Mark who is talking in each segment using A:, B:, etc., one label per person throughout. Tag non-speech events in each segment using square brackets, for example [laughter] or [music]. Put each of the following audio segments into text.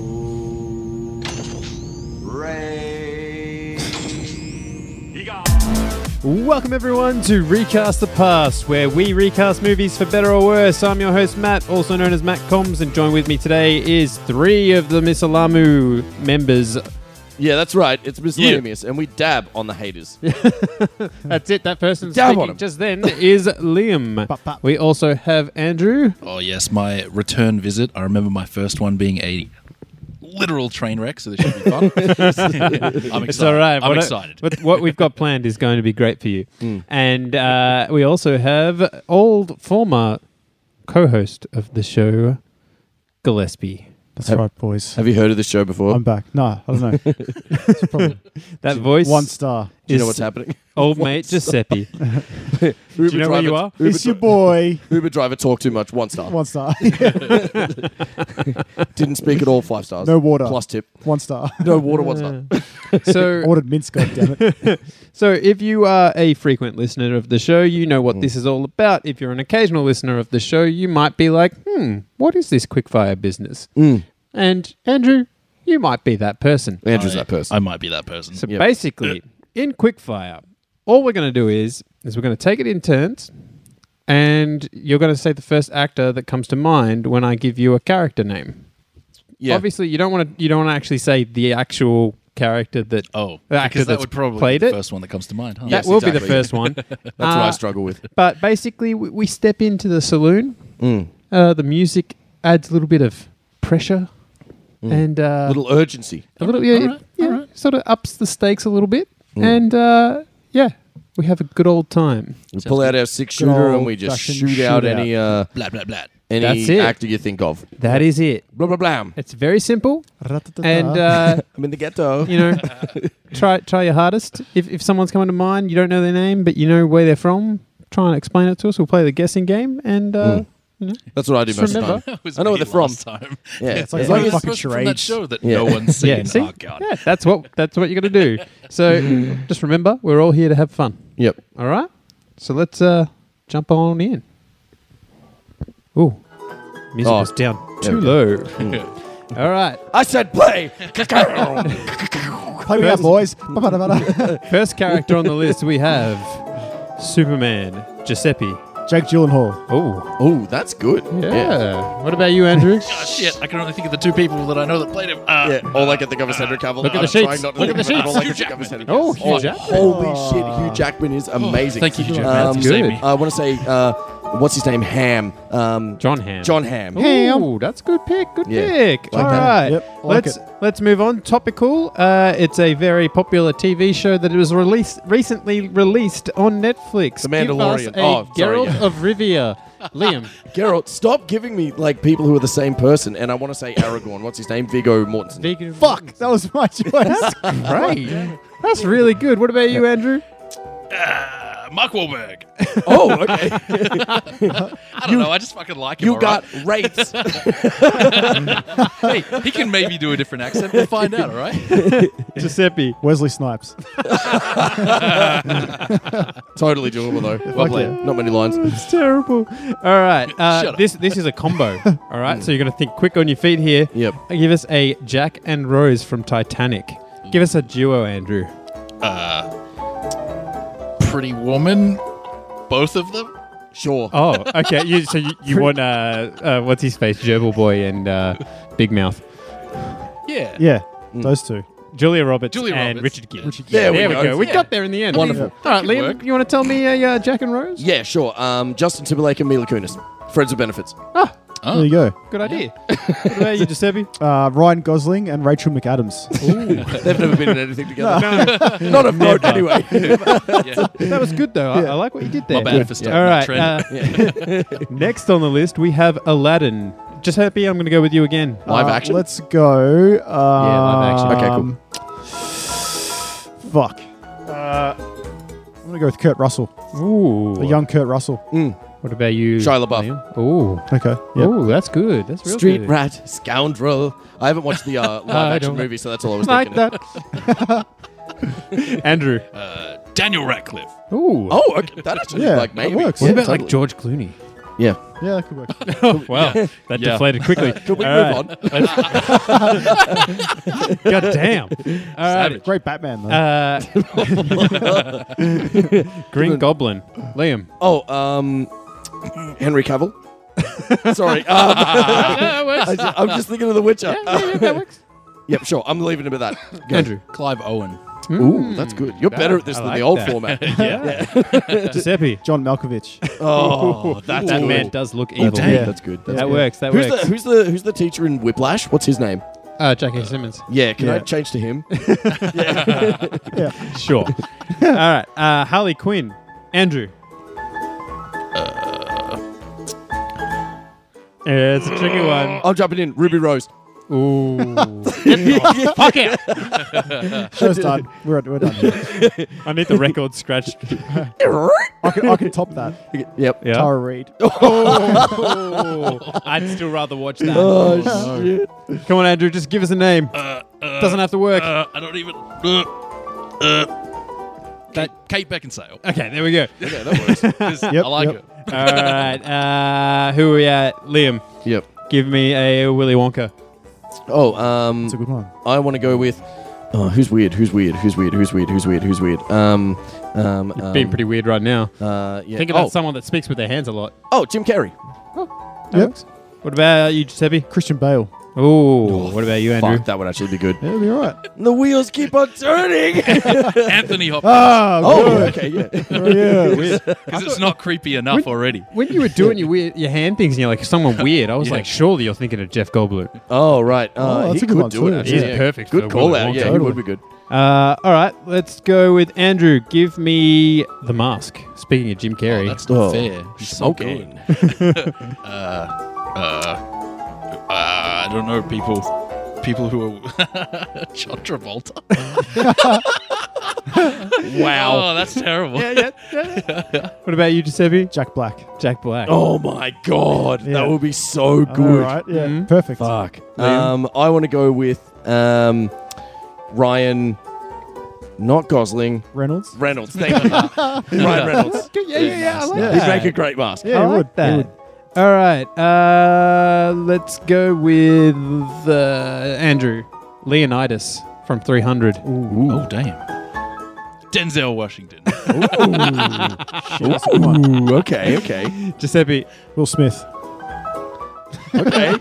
A: Do. Re.
B: Welcome, everyone, to Recast the Past, where we recast movies for better or worse. I'm your host, Matt, also known as Matt Combs, and joined with me today is three of the Misalamu members.
C: Yeah, that's right. It's miscellaneous, and we dab on the haters.
B: That's it, that person
C: Dab on
B: speaking
C: him.
B: just then is [laughs] Liam.
D: Pop, pop.
B: We also have Andrew.
E: Oh yes, my return visit. I remember my first one being a literal train wreck, so this should be fun. I'm excited.
B: It's all right.
E: I'm
B: What-
E: excited. Hmm.
B: What, what we've got planned is going to be great for you.
E: [laughs]
B: And uh, we also have old former co host of the show, Gillespie.
D: That's
C: Have-
D: right,
C: [laughs]
D: boys.
C: Have you heard of this show before?
D: I'm back. No, I
C: [laughs]
D: don't know. It's probably
B: That voice,
D: one star.
C: Do you know
B: is-
C: what's happening?
B: old [laughs] mate Giuseppe.
C: Uber
B: you know where
C: driver,
B: you are?
C: Uber,
D: it's your
C: dri-
D: boy.
C: [laughs] Uber driver talked too much. One star. [laughs]
D: One star.
C: Didn't speak at all. Five stars.
D: No water.
C: Plus tip.
D: one star.
C: No water. One star.
B: [laughs] so
D: I ordered mince, God damn it.
B: So, if you are a frequent listener of the show, you know what this is all about. If you're an occasional listener of the show, you might be like, hmm, what is this quickfire business? And, Andrew, you might be that person.
C: Andrew's
E: I-
C: that person.
E: I might be that person.
B: So,
C: Yep.
B: basically, in quickfire, all we're going to do is, is we're going to take it in turns, and you're going to say the first actor that comes to mind when I give you a character name.
C: yeah.
B: Obviously, you don't want to you don't want to actually say the actual character that
E: oh,
B: the actor
E: because that
B: that's
E: would probably
B: played
E: be
B: it.
E: the first one that comes to mind. Huh?
B: That
C: Yes,
B: will be the
C: exactly.
B: first one. That's
C: [laughs] That's what I struggle with.
B: But basically, we, we step into the saloon.
C: Mm.
B: Uh, the music adds a little bit of pressure and uh,
C: Mm. Little urgency.
B: a little, yeah, yeah, sort of ups the stakes a little bit.
C: Mm.
B: And uh, yeah, we have a good old time.
C: We pull out our six
D: Good
C: shooter and
D: old
C: we just
D: fashioned
C: shoot out any uh,
E: Blah blah blah.
B: That's
C: any
B: it.
C: actor you think of.
B: That is it.
C: Blah blah blah.
B: It's very simple, [laughs]
D: Ratatata.
B: and
D: [laughs]
B: uh,
C: I'm in the ghetto.
B: you [laughs] know, try try your hardest. If if someone's coming to mind, you don't know their name, but you know where they're from. Try and explain it to us. We'll play the guessing game, and uh,
C: Mm.
B: you know,
C: That's what I do
B: Just
C: most
B: remember-
C: of the time.
E: That was
C: I know where
E: me
C: they're from.
E: last Time.
C: Yeah.
D: it's like
C: As long
D: fucking
C: as-
E: It's from that
D: charades.
E: show that
C: Yeah.
E: no one's seen.
B: Yeah, see?
E: Oh god.
B: Yeah, that's what that's what you're gonna do.
C: [laughs]
B: So just remember, we're all here to have fun.
C: Yep.
B: All right. So let's uh, jump on in. Ooh, music
C: Oh,
B: was down
C: there
B: too
C: we
B: low.
C: [laughs]
B: all right.
C: I said [laughs] play.
D: Play me out, boys.
C: [laughs]
D: Ba-ba-da-ba-da.
B: First character on the list we have Superman Giuseppe.
D: Jake Gyllenhaal.
B: Oh,
C: oh, that's good.
B: yeah. What about you,
C: [laughs]
B: Andrew?
E: Oh shit! I can only think of the two people that I know that played him. Uh,
C: Yeah, [laughs] all I can think of is Henry Cavill.
B: Look at
C: I'm
B: the sheets.
C: trying not to
B: Look at
C: think
B: the
C: of it. All I can
E: sheets.
C: think of is Henry
B: Oh,
C: Cavill.
B: Hugh Oh. Jackman.
C: Holy shit, Hugh Jackman is amazing.
E: Thank you, Hugh Jackman.
C: Um,
E: you saved
B: good.
E: me.
C: I want to say, uh, what's his name? Ham. Um,
B: John Ham.
C: John Ham.
B: Ooh, that's good pick. Good
C: Yeah.
B: pick. All
D: Like that.
B: right,
D: Yep, I like
B: let's let's move on. Topical. Uh, it's a very popular TV show that was released recently released on Netflix.
C: The
B: Give us
C: Mandalorian.
B: a
C: Oh, sorry,
B: Geralt
C: yeah.
B: of Rivia. Liam.
C: Geralt, stop giving me like people who are the same person. And I want to say Aragorn. what's his name? Vigo Mortensen.
B: Vegan.
D: Fuck, that was
C: [laughs]
D: my choice.
B: Great. That's really good. What about you, Andrew?
E: Uh, Mark Wahlberg.
C: oh, okay.
B: [laughs]
E: I don't know. I just fucking like him.
C: you
E: all
C: got
E: right?
B: [laughs]
C: rates.
E: Hey, he can maybe do a different accent. We'll find out. All right.
B: Giuseppe.
D: Wesley Snipes.
C: totally doable though. Well played.
D: it.
C: Not many lines.
B: It's terrible. All right. Uh,
E: Shut up.
B: this this is a combo. All right. so you're gonna think quick on your feet here.
C: Yep.
B: Give us a Jack and Rose from Titanic. Give us a duo, Andrew.
E: Pretty Woman. Both of them.
C: Sure.
B: Oh, okay. You, so you, you want uh, uh, what's his face, Gerbil Boy and uh, Big Mouth,
E: Yeah.
D: Yeah,
C: Mm.
D: those two.
B: Julia Roberts
E: Julia
B: and
E: Roberts.
B: Richard Gere.
C: There we
B: we
C: go.
B: go. We
E: Yeah.
B: got there in the end.
C: Wonderful.
B: All right, Liam,
E: work.
B: you want to tell me a uh, Jack and Rose?
C: Yeah, sure. Um, Justin Timberlake and Mila Kunis. Friends with benefits.
D: There you go.
B: Good idea. what about you, Giuseppe?
D: Uh, Ryan Gosling and Rachel McAdams.
C: They've never been in anything together. Not a note anyway.
B: [laughs] That was good though. I, I like what you did there.
E: My bad for starting
B: All right.
E: that trend.
B: uh, [laughs] next on the list, we have Aladdin. Giuseppe, I'm going to go with you again.
C: Live
D: Uh,
C: action.
D: Let's go. Um,
B: live
C: action.
D: cool. Fuck. Uh, I'm going to go with Kurt Russell.
B: Ooh.
D: The young Kurt Russell.
C: Mm.
B: What about you?
C: Shia LaBeouf.
B: Liam? Ooh.
D: Okay. Yep.
B: Ooh, that's good. That's real
C: Street
B: good.
C: rat, scoundrel. I haven't watched
B: [laughs]
C: the uh, live action
B: don't-
C: movie, so that's all I
B: [laughs]
C: was
B: like
C: thinking.
B: that. [laughs] Andrew.
E: Uh, Daniel Radcliffe.
B: Ooh.
C: Oh, okay. that actually
D: Yeah,
C: like
D: that
C: maybe.
D: works.
B: What
C: Yeah,
B: about like
C: totally.
B: George Clooney?
C: Yeah.
D: Yeah, that
C: [laughs]
D: could work.
A: Wow, that
E: Yeah.
A: deflated
B: [laughs]
A: quickly.
C: Could we
A: All
C: move
A: right.
C: on?
B: God damn.
E: Savage.
D: Great Batman though.
B: Uh,
C: [laughs]
B: Green Goblin. Liam.
C: Oh, um, Henry Cavill. [laughs]
B: [laughs]
C: Sorry, um, I ju- I'm just thinking of The Witcher. [laughs] yep, sure. I'm leaving it at
B: [laughs]
C: that.
B: Andrew.
E: Clive Owen.
C: Ooh, that's good. You're better at this
B: Mm-hmm. I
C: than
B: like
C: the old
B: that.
C: format.
B: [laughs]
A: yeah.
B: Giuseppe.
D: John Malkovich.
C: Oh, that's
B: That
C: good.
B: man does look
C: That's
B: evil.
C: good.
E: damn.
C: That's good. That's
B: That
C: good.
B: works. That
C: Who's
B: works.
C: the, who's the who's the teacher in Whiplash? What's his name?
B: Uh, Jackie Simmons.
C: Yeah, can I
D: Yeah.
C: change to [laughs] him?
B: Sure. All right. Uh, Harley Quinn. Andrew. Yeah, Uh, it's a tricky one.
C: I'll jump it in.
B: [laughs]
C: Ruby Rose.
B: Ooh.
A: Fuck it.
D: Show's done. We're, we're done. here.
B: I need the record scratched.
D: I can, I can top that.
C: Yep.
B: Yeah.
D: Tara Reid.
B: I'd still rather watch that.
C: Oh, shit.
B: Come on, Andrew, just give us a name. Doesn't have to work.
E: Uh, I don't even. Uh, uh, that
C: [laughs]
E: Kate Beckinsale.
B: okay, there we go.
E: Yeah, that works. 'Cause I like
D: yep.
E: it.
B: All right. Uh, who are we at? Liam,
C: Yep.
B: give me a Willy Wonka.
C: Oh, um,
D: It's a good one.
C: I want to go with. Oh, who's weird? Who's weird? Who's weird? Who's weird? Who's weird? Who's weird? Um, um, um
B: Being pretty weird right now.
C: Uh, yeah.
B: Think about
C: oh,
B: someone that speaks with their hands a lot.
C: oh, Jim Carrey.
D: Yep.
B: What about you, Giuseppe?
D: Christian Bale.
B: Ooh, what about you, Andrew?
C: Fuck, that would actually be
D: [laughs]
C: good.
D: Yeah, it'll be all right.
C: the wheels keep on
D: [laughs]
C: turning.
E: Anthony Hopkins.
D: Oh,
C: oh, okay, yeah.
D: good. yeah.
E: Because it's not creepy enough already.
B: When you were doing your weird, your hand things and you're like,
E: [laughs]
B: someone weird, I was
E: Yeah.
B: like, surely you're thinking of Jeff Goldblum.
C: [laughs] Oh, right. Uh,
D: Oh, that's
C: he
D: a good
C: could
D: one
C: do
D: too. Oh,
C: it. Actually.
B: He's
C: yeah.
B: perfect
C: Good
B: for
C: call
B: Willy
C: out.
B: Wonka.
C: Yeah, he
D: Totally.
C: would be good.
B: Uh, all right, let's go with Andrew. Give me The Mask. Speaking of Jim
E: Oh,
B: Carrey.
E: that's not
C: Oh,
E: fair. He's so good.
C: Smoking.
E: Uh, I don't know people. People who are [laughs] John Travolta. wow, oh, that's terrible.
B: [laughs] what about you, Giuseppe?
D: Jack Black.
B: Jack Black.
C: Oh my god,
D: Yeah.
C: that would be so
D: All
C: good.
D: right. Yeah.
B: Mhm.
D: Perfect.
C: Fuck. Um, I want to go with um, Ryan, not Gosling,
D: Reynolds.
C: Reynolds. Thank you.
D: [laughs]
C: Ryan Reynolds.
B: yeah, yeah, yeah. I like
D: Yeah.
C: He'd make a great mask.
D: Yeah,
B: I
D: it
B: like
D: would.
B: that.
D: It would.
B: All right, uh, let's go with uh, Andrew Leonidas from 300.
E: Oh damn. Denzel Washington.
D: Shit, that's a good one.
C: Ooh, okay, okay,
B: Giuseppe,
D: Will Smith.
C: okay.
B: [laughs]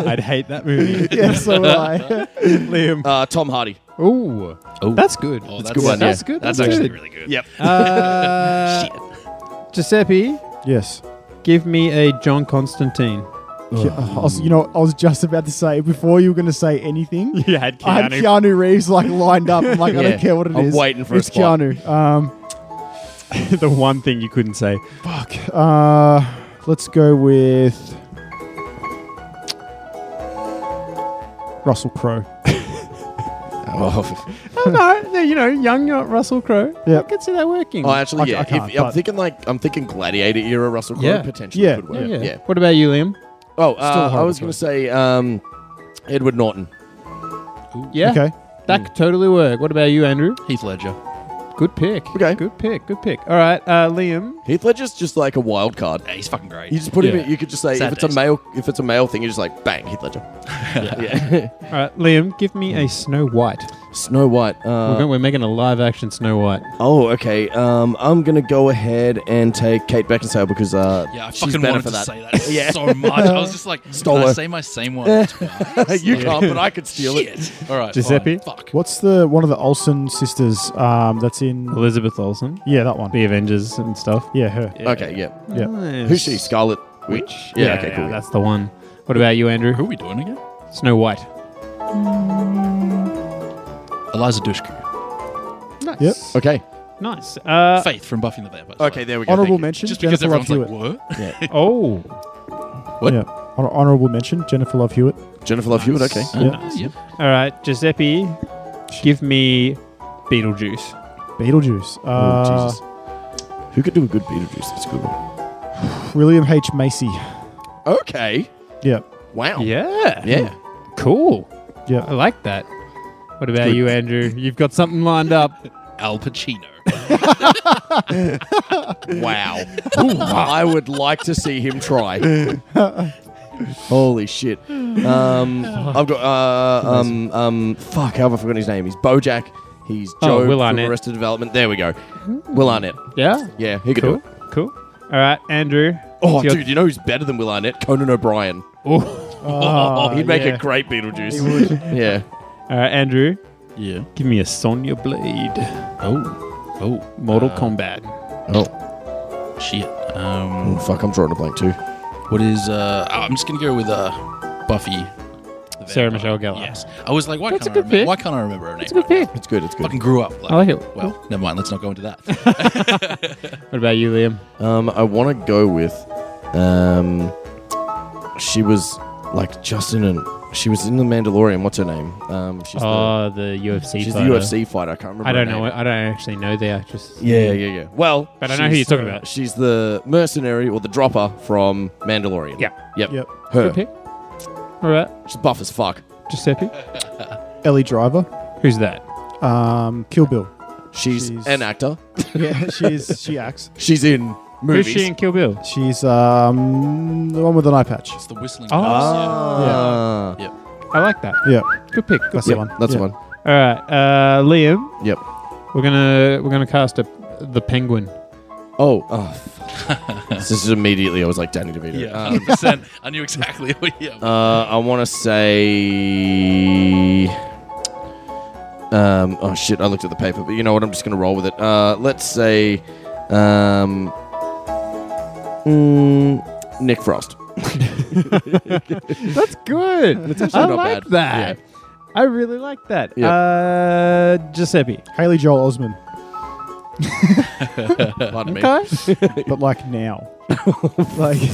B: I'd hate that [laughs] movie.
D: Yeah, so would I.
B: Liam,
C: [laughs] Uh, Tom Hardy.
B: ooh,
E: Oh.
B: that's good.
E: Oh,
C: good one,
B: That's
C: yeah.
B: good.
E: That's,
B: good.
E: actually really good.
C: Yep.
B: Uh, Giuseppe,
D: [laughs] yes.
B: give me a John [laughs] Constantine.
D: Ke- I was- you know, I was just about to say before you were going to say anything.
B: You had
D: I had Keanu Reeves like lined up. I'm like, I
C: Yeah.
D: don't care what it is.
C: I'm waiting for a
D: it's
C: spot.
D: Keanu. Um,
B: [laughs] the one thing you couldn't say.
D: uh, let's go with Russell Crowe.
C: Oh,
B: Oh, [laughs] no, you know, young uh, Russell Crowe.
D: Yeah.
B: I could see that working.
C: oh, actually, yeah.
D: I- I
C: if-
D: can't,
C: I'm
D: but-
C: thinking like I'm thinking Gladiator era Russell Crowe
B: Yeah.
C: potentially
D: Yeah.
C: could work.
B: yeah.
C: Yeah.
B: What about you, Liam?
C: Oh, uh, I
D: horrible
C: was going to say um, Edward Norton.
B: [laughs] Yeah,
D: Okay.
B: that could totally work. What about you, Andrew?
E: Heath Ledger.
B: Good pick.
C: Okay.
B: Good pick. Good pick. All right, uh, Liam.
C: Heath Ledger's just like a wild card.
E: Yeah, he's fucking great.
C: You just put him.
B: Yeah.
C: in You could just say if it's a
E: Saturdays.
C: male, if it's a male thing, you just like bang Heath Ledger. yeah. [laughs]
B: All right, Liam. Give me a Snow White.
C: Snow White.
B: we're,
C: Uh,
B: going, we're making a live action Snow White.
C: oh, okay. Um, I'm gonna go ahead and take Kate Beckinsale because uh,
E: yeah, I
C: she's
E: fucking
C: better
E: wanted
C: for
E: to
C: that.
E: say
B: [laughs]
E: that
C: Yeah.
E: so much. I was just like,
C: Stole
E: can I
C: her.
E: say my same one
C: [laughs]
E: twice?
C: you can't, but I could steal it.
E: Shit. [laughs] All right.
B: Giuseppe?
E: fine. Fuck.
D: What's the one of the Olsen sisters? Um, that's in.
B: Elizabeth Olsen,
D: Yeah, that one.
B: the Avengers and stuff.
D: Yeah, her.
C: Okay, yeah.
D: Yeah.
B: Nice.
C: Who's she? Scarlet Witch. Yeah. okay, cool.
B: That's the one. What about you, Andrew?
E: Who are we doing again?
B: Snow White.
E: Eliza Dushku.
B: Nice.
D: Yep.
C: okay.
B: Nice. Uh,
E: Faith from Buffy and the Vampire. Slayer.
C: Okay, there we go.
D: Honorable
C: thank you.
D: mention.
E: Just because
D: Jennifer Love
E: everyone's
D: Hewitt.
E: like, what?
B: oh,
E: what?
D: Yeah. Hon- honorable mention. Jennifer Love Hewitt.
C: Jennifer Love Hewitt. Okay.
D: Yeah.
E: yeah.
B: all right, Giuseppe. Give me Beetlejuice.
D: Beetlejuice. Uh,
C: Who could do a good Beetlejuice? That's a good one.
D: William H. Macy.
C: Okay.
D: Yeah.
C: Wow.
B: Yeah.
C: Yeah.
B: Cool.
D: Yeah.
B: I like that. What about you, Andrew? You've got something lined up.
E: Al Pacino.
C: wow. [laughs] I would like to see him [laughs] try. Holy shit. [laughs] Um, I've got, uh, um, um, fuck, how have I forgotten his name? He's Bojack. He's Joe
B: Oh, Will
C: from
B: Arnett.
C: Arrested Development. There we go. Will Arnett.
B: Yeah.
C: Yeah, he could do
B: Cool.
C: it.
B: Cool. All right, Andrew.
C: Oh,
B: it's your-
C: dude, you know who's better than Will Arnett? Conan O'Brien. [laughs]
D: Oh,
C: He'd make
D: yeah.
C: a great Beetlejuice. He would. [laughs] yeah.
B: All right, Andrew.
E: Yeah.
B: Give me a Sonya Blade.
E: Oh. Oh.
B: Mortal
C: Uh,
B: Kombat.
C: Oh,
E: Shit. Um,
C: fuck, I'm drawing a blank too.
E: what is? Uh, oh, I'm just gonna go with uh, Buffy. the
B: Sarah
E: Vampire.
B: Michelle Gellar.
E: Yes. I was like, why
B: That's a
E: can't I
B: good
E: remember?
B: pick.
E: Why can't I remember her name?
B: It's a good
E: right
B: pick.
C: It's good, it's
E: now?
C: good.
E: Fucking grew up. Like,
B: I like it.
E: Well, never mind. Let's not go into that.
B: What about you, Liam?
C: Um, I want to go with. Um, she was like just in an. She was in the Mandalorian. What's her name? Um, she's
B: Oh, the UFC.
C: the, she's the
B: fighter.
C: UFC fighter. I can't remember.
B: I don't
C: her
B: know.
C: name.
B: I don't actually know the actress.
C: Yeah, yeah, yeah. Well,
B: But I know who
C: she's-
B: you're talking about.
C: She's the mercenary or the dropper from Mandalorian.
B: Yeah.
C: Yep.
D: Yep.
C: Her.
B: Good pick. All right,
C: She's buff as fuck.
B: Giuseppe.
D: Ellie Driver,
B: Who's that?
D: um, Kill Bill.
C: She's
D: She's-
C: an actor.
D: Yeah, she's she acts.
C: She's in
B: Who's
C: movies.
B: she in Kill Bill?
D: She's um, the one with an eye patch.
E: It's the whistling.
B: Oh.
C: Ah.
B: I like that.
D: Yeah,
B: Good pick. Good
D: that's
B: pick.
D: the
B: All
D: one.
C: That's
D: yeah.
C: one.
B: right, uh, Liam.
C: Yep.
B: We're gonna we're gonna cast a the Penguin.
C: Oh. oh fuck. [laughs] this is immediately. I was like Danny DeVito.
E: Yeah,
C: Um,
E: 100%. I knew exactly what yeah.
C: Uh, I want to say. Um, oh shit! I looked at the paper, but you know what? I'm just gonna roll with it. Uh, let's say, um, mm, Nick Frost.
B: That's good.
C: It's actually
B: I
C: not
B: like
C: bad.
B: that. I really like that.
C: Yeah.
B: Uh, Giuseppe.
D: Haley Joel Osment,
C: Pardon me.
B: Okay.
D: but like now. like
B: [laughs]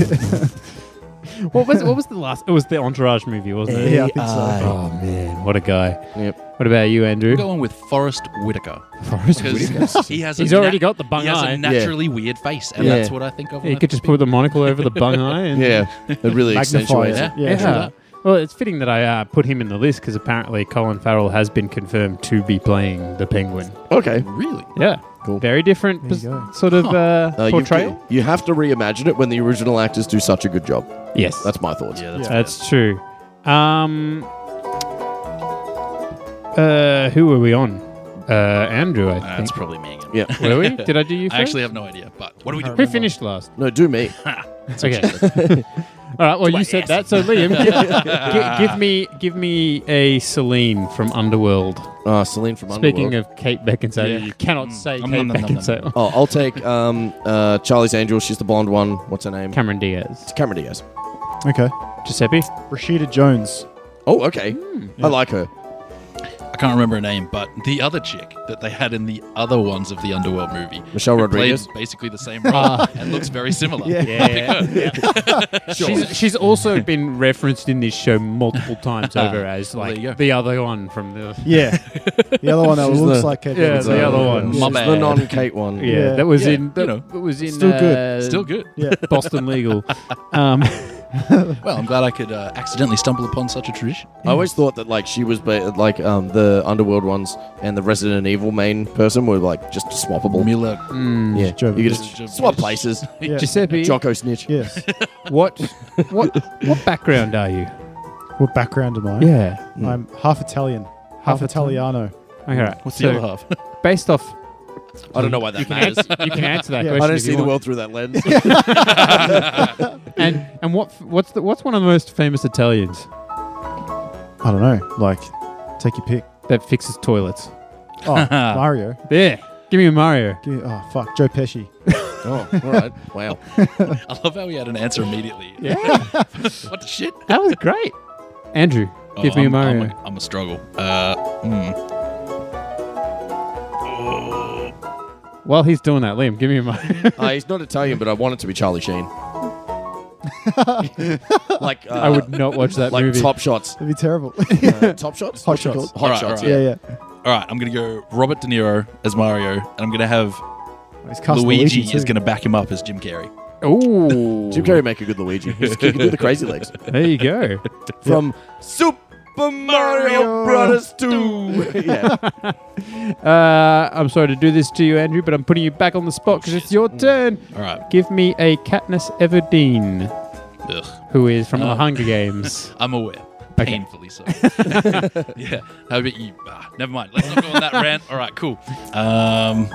D: [laughs]
B: what was what was the last? It was the Entourage movie, wasn't it?
D: yeah, I think so.
B: Oh man, what a guy!
C: Yep.
B: What about you, Andrew?
E: I'm going with Forrest Whitaker
B: Forrest Whitaker.
E: because [laughs] he has.
B: He's
E: a
B: already got
E: nat-
B: the bung
E: He has
B: eye.
E: a naturally weird face, and
C: Yeah.
E: that's what I think of.
B: He could just put the monocle over the bung eye. [laughs] And
C: Yeah, it really
D: Magnify
C: accentuates it.
D: it.
E: accentuates
D: Yeah.
B: Yeah.
E: true that.
B: Well, it's fitting that I uh, put him in the list because apparently Colin Farrell has been confirmed to be playing the Penguin.
C: Okay.
E: really.
B: Yeah.
C: Cool.
B: Very different
D: There
B: pos-
D: you go.
B: sort of uh,
C: Uh, you,
B: portrayal.
C: you have to reimagine it when the original actors do such a good job.
B: Yes.
C: That's my thoughts.
E: Yeah, that's
B: That's true. Um, uh, who were we on? Uh, Andrew, I
E: Uh,
B: think.
E: it's probably me again.
C: Yeah.
B: were
E: [laughs]
B: we? Did I do you first?
E: I actually have no idea, but what do we do?
B: Who finished last?
C: No, do me.
B: Okay. [laughs] All right. Well, you said that, so Liam, gi-
E: [laughs]
B: give me give me a Celine from Underworld.
C: Uh, Celine from
B: Speaking
C: Underworld.
B: of Kate Beckinsale,
E: Yeah.
B: you cannot
E: Mm.
B: say
E: Nom,
B: Kate
E: nom, nom, nom,
B: Beckinsale.
C: Oh, I'll take um, uh, Charlie's Angels. She's the blonde one. What's her name?
B: Cameron Diaz,
C: Cameron Diaz.
D: okay,
B: Giuseppe.
D: Rashida Jones.
C: Oh, okay.
B: Hmm.
C: I like her.
E: I can't remember her name, but the other chick that they had in the other ones of the Underworld movie,
C: Michelle
E: who
C: Rodriguez?
E: played basically the same
B: Ah.
E: role and looks very
D: [laughs]
B: [laughs]
E: similar.
B: Yeah, [laughs] she's, she's also been referenced in this show multiple
E: [laughs]
B: times over as
E: Well, there you go.
B: like the other one from the
D: Yeah, the other one that
C: She's
D: looks
C: the-
D: like Kate
B: Yeah,
D: Beckinsale.
B: the other one.
E: My
C: She's the
E: bad.
C: non-Kate one.
B: yeah,
D: Yeah.
B: that was
E: Yeah,
B: in that,
E: you know.
B: that was in
D: Still good.
B: uh,
E: Still good.
D: Yeah,
B: [laughs] Boston Legal. Um,
E: Well, I'm glad I could uh, accidentally stumble upon such a tradition.
C: I always thought that like she was ba- like um, the underworld ones and the Resident Evil main person were like just swappable.
E: Mila.
B: Mm.
C: yeah,
D: Jovovich.
C: you could just swap places.
D: [laughs] yeah.
B: Giuseppe,
C: Jocko Snitch.
D: yes.
B: what what what background are you?
D: What background am I?
B: Yeah,
D: I'm half Italian, half,
B: Half Italian.
D: Italiano.
B: okay, all right.
E: What's
B: So,
E: the other half?
B: Based off,
C: I don't know why that matters.
B: you can answer that
D: [laughs] Yeah. I
B: question. if
C: I don't
B: you
C: see the
B: want.
C: world through that lens.
B: And and what f- what's the, what's one of the most famous Italians
D: I don't know. Like, take your pick.
B: that fixes toilets?
D: Oh, Mario.
B: There, give me a Mario.
D: Give me- Oh fuck, Joe Pesci.
C: oh, all right. Wow.
E: [laughs] I love how we had an answer immediately.
B: Yeah,
E: [laughs] What the shit?
B: that was great. Andrew, give
E: Oh,
B: me a
E: I'm- I'm
B: Mario.
E: I'm a struggle. Uh, mm.
B: While he's doing that, Liam, give me a
C: [laughs]
B: Mario.
C: Uh, he's not Italian, but I want it to be
B: [laughs]
C: Charlie Sheen. like uh,
B: I would not watch that
C: like
B: movie. [laughs]
C: top shots.
D: That'd be terrible. [laughs]
C: Uh, top shots.
D: Hot
C: What's it
D: Shots.
C: called? Hot
E: Alright,
C: shots.
E: alright.
C: Yeah.
D: yeah, yeah.
E: All right, I'm going to go Robert De Niro as Mario, and I'm going to have
D: He's cast
E: Luigi,
D: too.
E: is going to back him up as Jim Carrey.
B: Ooh,
C: Jim Carrey make a good Luigi. He can do the crazy legs
B: there you go.
C: from Super Super Mario Brothers 2. yeah.
B: Uh, I'm sorry to do this to you, Andrew, but I'm putting you back on the spot because it's your turn.
E: All right.
B: Give me a Katniss Everdeen,
E: Ugh.
B: who is from the
E: Oh.
B: Hunger Games.
E: I'm aware.
B: Okay.
E: Painfully so. [laughs] yeah. How about you? Ah, never mind. Let's not go
D: [laughs]
E: on that rant. All right, cool. Um,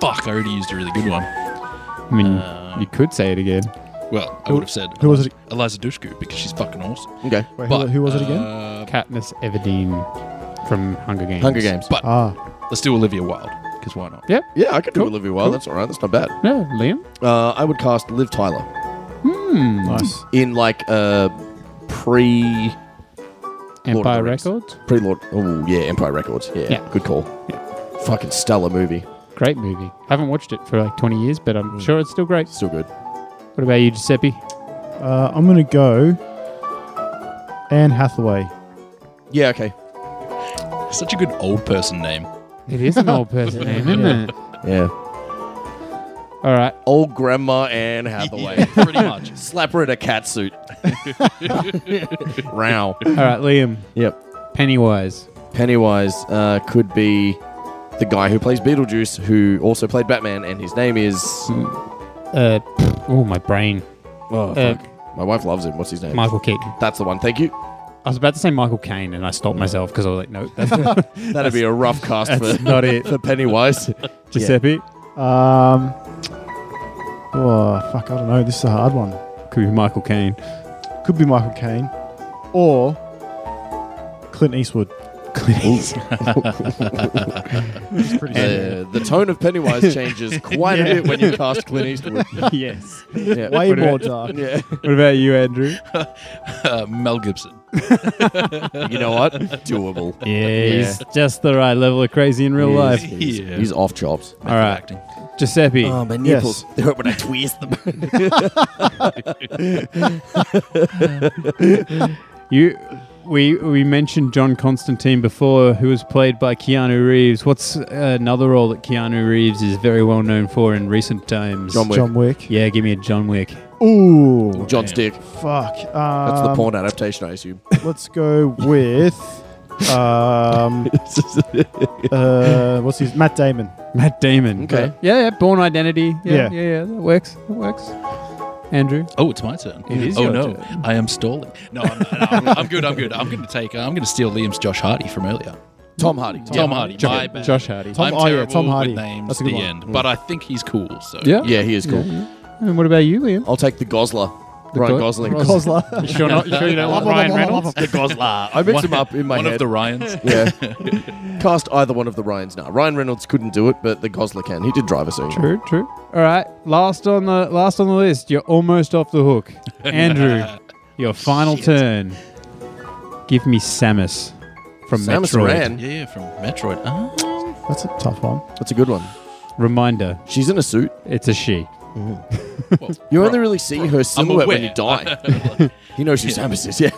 E: fuck, I already used a really good one.
B: I mean,
E: Um,
B: you could say it again.
E: Well, I
D: Who-
E: would have said
D: who was it?
E: Eliza Dushku because she's fucking awesome.
C: Okay.
D: Wait, who, who was it again?
E: uh,
B: Katniss Everdeen from Hunger Games.
C: Hunger Games.
E: But
D: ah,
E: let's do Olivia Wilde because why not?
B: Yep.
C: Yeah, I could
B: Cool.
C: do Olivia Wilde. That's all right. That's not bad.
B: No, Liam.
C: Uh, I would cast Liv Tyler
B: Hmm.
D: nice.
C: in like a pre Lord of
B: Empire
C: the Rings.
B: Records.
C: pre Lord. Oh yeah, Empire Records. Yeah,
B: Yeah.
C: good call.
B: Yeah.
C: Fucking stellar movie.
B: Great movie. Haven't watched it for like 20 years, but I'm sure it's still great.
C: Still good.
B: What about you, Giuseppe?
D: Uh, I'm gonna go. Anne Hathaway.
C: Yeah. Okay.
E: Such a good old person name.
B: It is an old person name, isn't it?
C: Yeah.
B: All right.
C: Old Grandma Anne Hathaway.
E: [laughs] Yeah, pretty
D: [laughs]
E: much.
C: Slap her in a cat suit. Row.
B: All right, Liam.
C: Yep.
B: Pennywise.
C: Pennywise uh, could be the guy who plays Beetlejuice, who also played Batman, and his name is.
B: Uh, oh, my brain.
C: Oh,
B: Uh,
C: fuck. My wife loves him. What's his name?
B: Michael Keaton.
C: That's the one. Thank you.
B: I was about to say Michael Caine, and I stopped myself because I was like, no, that's [laughs] not,
C: That'd be a rough
E: [laughs]
C: cast for,
B: that's not it.
C: for Pennywise. Uh,
B: Giuseppe.
D: Um. Oh fuck! I don't know. This is a hard one.
B: Could be Michael Caine.
D: Could be Michael Caine, or Clint Eastwood. Clint [laughs] Eastwood. pretty simple.
C: Uh, the tone of
E: [laughs]
C: Pennywise changes quite a bit when you cast Clint Eastwood.
B: yes.
C: Yeah.
D: Way
B: What
D: more
B: about-
D: dark.
C: Yeah.
B: What about you, Andrew?
E: Uh, Mel Gibson.
C: You know what? Doable.
B: Yeah, he's just the right level of crazy in real
C: He's-
B: life.
C: He's,
E: Yeah.
C: he's off chops.
E: Method
B: right.
E: Acting.
B: Giuseppe.
C: my
D: nipples.
C: They hurt when I twist
E: [laughs]
C: them.
B: You, we we mentioned John Constantine before, who was played by Keanu Reeves. What's another role that Keanu Reeves is very well known for in recent times?
C: John Wick.
D: John Wick.
B: Yeah, give me a John Wick.
D: Ooh.
C: John
E: Damn.
C: Stick.
D: Fuck. Um,
C: That's the
D: [laughs]
C: porn adaptation, I assume.
D: Let's go with. [laughs] Um, uh, what's his Matt Damon?
B: Matt Damon.
C: Okay.
B: Yeah, yeah. Born Identity. Yeah, yeah,
D: Yeah.
B: yeah. that works. That works. Andrew.
E: Oh, it's my turn.
B: It is
E: oh
B: your
E: no,
B: turn.
E: I am stalling. No, I'm, no, I'm, I'm good. I'm good. I'm going to take. Uh, I'm going to steal Liam's Josh Hardy from earlier.
C: Tom Hardy.
E: Tom Hardy.
B: Josh,
E: my bad.
B: Josh Hardy.
D: Tom-
E: I'm
D: oh, yeah,
E: terrible
D: Tom Hardy.
E: with names.
D: That's a
E: the
D: good one.
E: end. But I think he's cool. So
B: Yeah.
C: Yeah, he is cool.
B: And what about you, Liam?
C: I'll take the Gosler.
B: The
C: Ryan
B: Go-
C: Gosling.
B: Gos-
D: Cosler.
B: You sure, not, you sure you don't
E: [laughs]
B: want Ryan Reynolds?
C: the Gosler. [laughs] I mixed him up in my
E: one
C: head.
E: of
C: [laughs]
E: the Ryans.
C: yeah. Cast either one of the Ryans now. Ryan Reynolds couldn't do it, but the Gosler can. He did drive us in.
B: True, true. All right, last on the last on the list. You're almost off the
C: [laughs]
B: hook, Andrew. your final
E: Shit.
B: turn. Give me Samus from
C: Samus
B: Metroid.
C: Aran.
E: yeah, from Metroid. Ah.
D: That's a tough one.
C: That's a good one.
B: Reminder:
C: She's in a suit.
B: It's a she.
C: You only really see her silhouette when you die.
B: [laughs]
C: You know she's Samus is, yeah.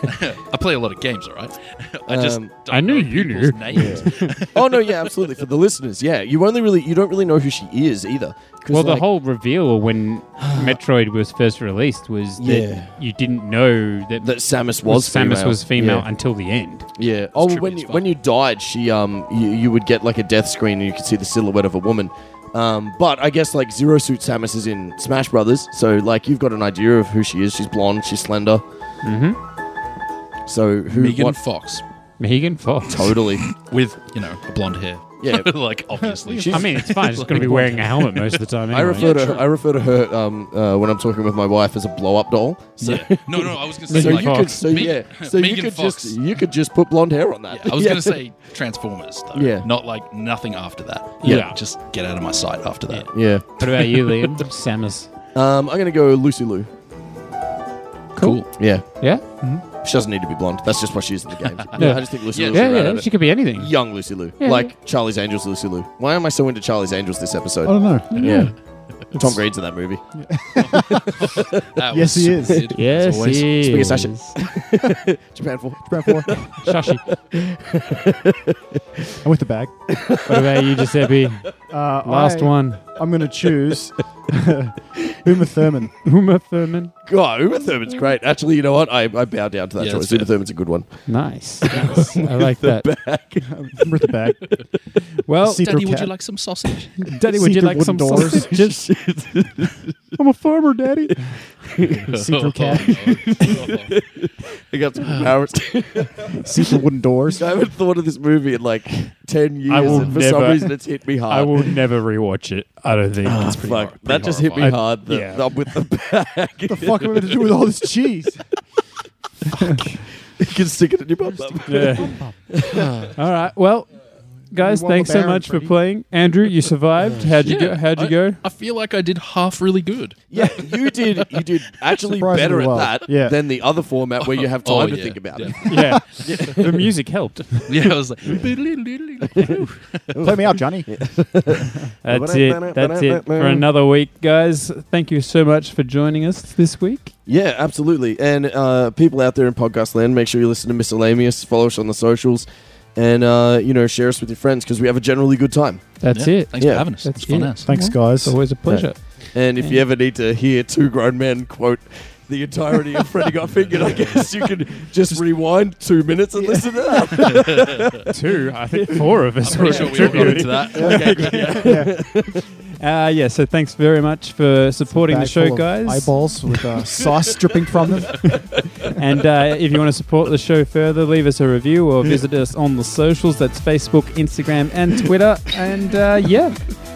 E: I play a lot of games, all right? [laughs] I just
C: Um,
E: don't
B: I knew
E: know
B: you knew.
E: people's names.
C: Oh no, yeah, absolutely. For the listeners, yeah. You only really you don't really know who she is either. 'Cause,
B: Well, the
C: like,
B: whole reveal
C: [gasps]
B: when Metroid was first released was that
C: Yeah.
B: you didn't know that,
C: that Samus was
B: was Samus
C: female.
B: was female
C: Yeah.
B: until the end.
C: Yeah. Oh,
E: trippy
C: when
E: as
C: you,
E: fuck.
C: when you died, she um you, you would get like a death screen and you could see the silhouette of a woman. Um, but I guess like Zero Suit Samus is in Smash Brothers, so like you've got an idea of who she is. She's blonde, she's slender.
B: Mm-hmm.
C: So who?
E: Megan
C: What?
E: Fox
B: Megan Fox.
E: [laughs]
C: totally.
E: with, you know, a blonde hair.
C: Yeah.
E: [laughs] like, obviously.
C: She's-
B: I mean, it's fine. She's going to be wearing a helmet most of the time.
C: I
B: anyway.
C: refer to I refer to her um uh, when I'm talking with my wife as a blow up doll. [laughs] So,
E: Yeah. No, no, I was going to
C: so
E: say,
B: Megan
E: like,
C: you could
B: Fox.
C: so
E: Me- [laughs]
C: yeah so you
E: Megan
C: could
E: Fox.
C: just you could just put blonde hair on that.
E: I was
C: Yeah.
E: going to say Transformers, though.
C: Yeah.
E: Not like nothing after that.
B: Yeah.
E: Just get out of my sight after that.
C: [laughs] yeah.
B: What about you, Liam? Samus.
C: Um, I'm gonna go Lucy Lou.
E: Cool.
C: [laughs] Yeah,
B: Yeah,
C: she doesn't need to be blonde. That's just what she is in the [laughs] game.
B: Yeah.
C: I just think Lucy
E: Yeah.
C: Lou's
B: yeah,
C: right
B: yeah.
C: at it.
B: She could be anything.
C: young Lucy Lou,
B: Yeah,
C: like Charlie's Angels Lucy Lou. Why am I so into Charlie's Angels this
D: I
C: episode?
D: don't know.
C: Oh, yeah, [laughs] Tom Green's in that movie.
E: That
D: Yes,
E: was
D: he is.
E: super good, as
B: Yes,
E: always.
B: he
C: Speaking of
B: is.
C: Sasha. Japan Four.
D: Brad Ford.
B: [laughs] Shashi.
D: I'm with the bag.
B: [laughs] What about you, Giuseppe?
D: Uh,
B: Last
D: I-
B: one.
D: I'm going to choose [laughs] Uma [laughs] Thurman.
B: Uma Thurman.
C: God, Uma Thurman's great. Actually, you know what? I, I bow down to that
E: Yeah,
C: choice.
E: that's
C: Uma
E: fair.
C: Thurman's a good [laughs] one.
B: Nice. [laughs] nice. I like that.
D: With the bag.
B: Well,
D: See-
E: Daddy, would
D: cat.
E: you like some sausage?
B: Daddy, would you
D: Secret
B: like
D: wooden
B: some
D: doors.
B: [laughs]
D: [laughs]
B: sausages? I'm a farmer, Daddy.
E: [laughs] Oh,
D: Secret cat. [laughs]
E: no.
C: I [sighs] got some parents.
D: Secret wooden
C: [laughs]
D: doors.
C: I haven't thought of this movie in like 10 years,
B: I will
C: and for some
B: never-
C: reason it's hit me hard.
B: I will never rewatch it. I don't think.
C: Ah,
B: it's
C: fuck.
B: pretty hard.
C: that just hit me
B: horrifying.
C: hard. The,
B: yeah.
C: the- [laughs] with the bag.
D: What the fuck am I going to do with all this cheese?
C: you can stick it in your bum.
B: Yeah. [laughs] All right. Well, guys,
D: You want
B: thanks
D: the
B: so
D: Baron,
B: much
D: Freddy?
B: for playing. Andrew, you survived. How'd you go?
E: Yeah,
B: How'd you
E: I-
B: go?
E: I feel like I did half really good.
C: [laughs] Yeah, you did. You [laughs] did actually better
D: Surprisingly well.
C: at that
D: Yeah.
C: than the other format where you have time
E: Oh,
C: to
E: yeah,
C: think about it.
E: definitely.
B: yeah. [laughs] The music helped.
E: [laughs] Yeah, I was like, "Boodle-doodle-doodle-doodle."
D: [laughs] Play me out, Johnny.
B: That's it. That's it for another week, guys. Thank you so much for joining us this week.
C: Yeah, absolutely. And uh, people out there in podcast land, make sure you listen to Miscellaneous, follow us on the socials, and uh, you know share us with your friends because we have a generally good time.
B: That's
E: Yeah,
B: it.
E: Thanks
C: Yeah,
E: for having us.
B: that's
E: It's fun
B: it.
E: ass.
D: Thanks, guys.
B: It's always a pleasure.
C: And if you
B: Yeah.
C: ever need to hear two grown men quote the entirety of Freddy Got Fingered, I guess you could just rewind two minutes and listen to that.
B: Two, I think four of us.
E: I'm pretty sure we all got into that. Okay, good.
B: Uh, yeah, so thanks very much for supporting the
D: Bag
B: show,
D: full of
B: guys.
D: Eyeballs
B: [laughs]
D: with uh, sauce dripping from them.
B: And uh, if you want to support the show further, leave us a review or visit us on the socials. That's Facebook, Instagram, and Twitter. And uh, yeah,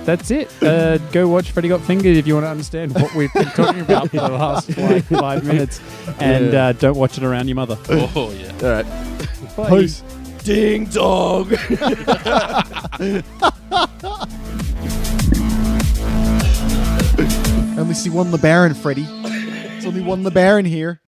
B: that's it. Uh, go watch Freddy Got Fingered if you want to understand what we've been talking about for the last like, five minutes. And uh, don't watch it around your mother.
E: Oh, yeah.
C: [laughs] All right.
B: Bye.
D: Uh, Peace.
C: Ding dong.
D: Only see one LeBaron, Freddy. It's only one LeBaron here.